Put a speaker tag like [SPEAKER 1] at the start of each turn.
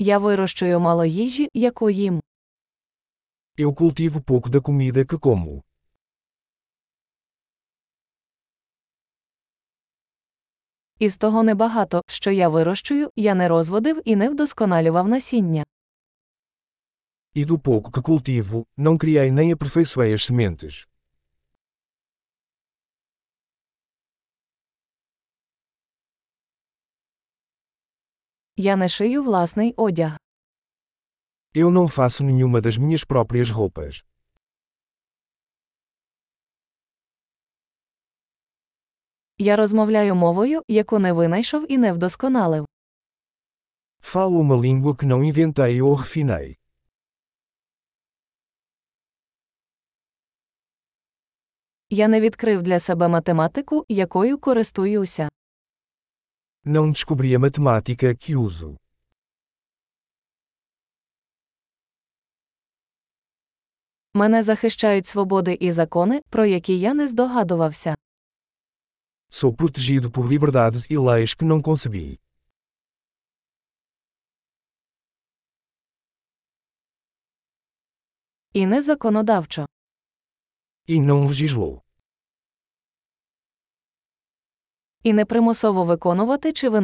[SPEAKER 1] Я вирощую мало їжі, яку їм.
[SPEAKER 2] Eu cultivo pouco da comida que como.
[SPEAKER 1] Із того небагато, що я вирощую, я не розводив і не вдосконалював насіння.
[SPEAKER 2] E do pouco que cultivo, não criei nem aperfeiçoei as sementes.
[SPEAKER 1] Я не шию власний одяг.
[SPEAKER 2] Eu não faço nenhuma das minhas próprias roupas.
[SPEAKER 1] Я розмовляю мовою, яку не винайшов і не вдосконалив.
[SPEAKER 2] Falo uma língua que não inventei ou refinei.
[SPEAKER 1] Я не відкрив для себе математику, якою користуюся.
[SPEAKER 2] Não descobri a matemática que uso.
[SPEAKER 1] Мене захищають свободи і закони, про які я не здогадувався.
[SPEAKER 2] Sou protegido por liberdades e leis que não concebi.
[SPEAKER 1] І не законодавчо.
[SPEAKER 2] E não legislou.
[SPEAKER 1] І не примусово виконувати чи виносити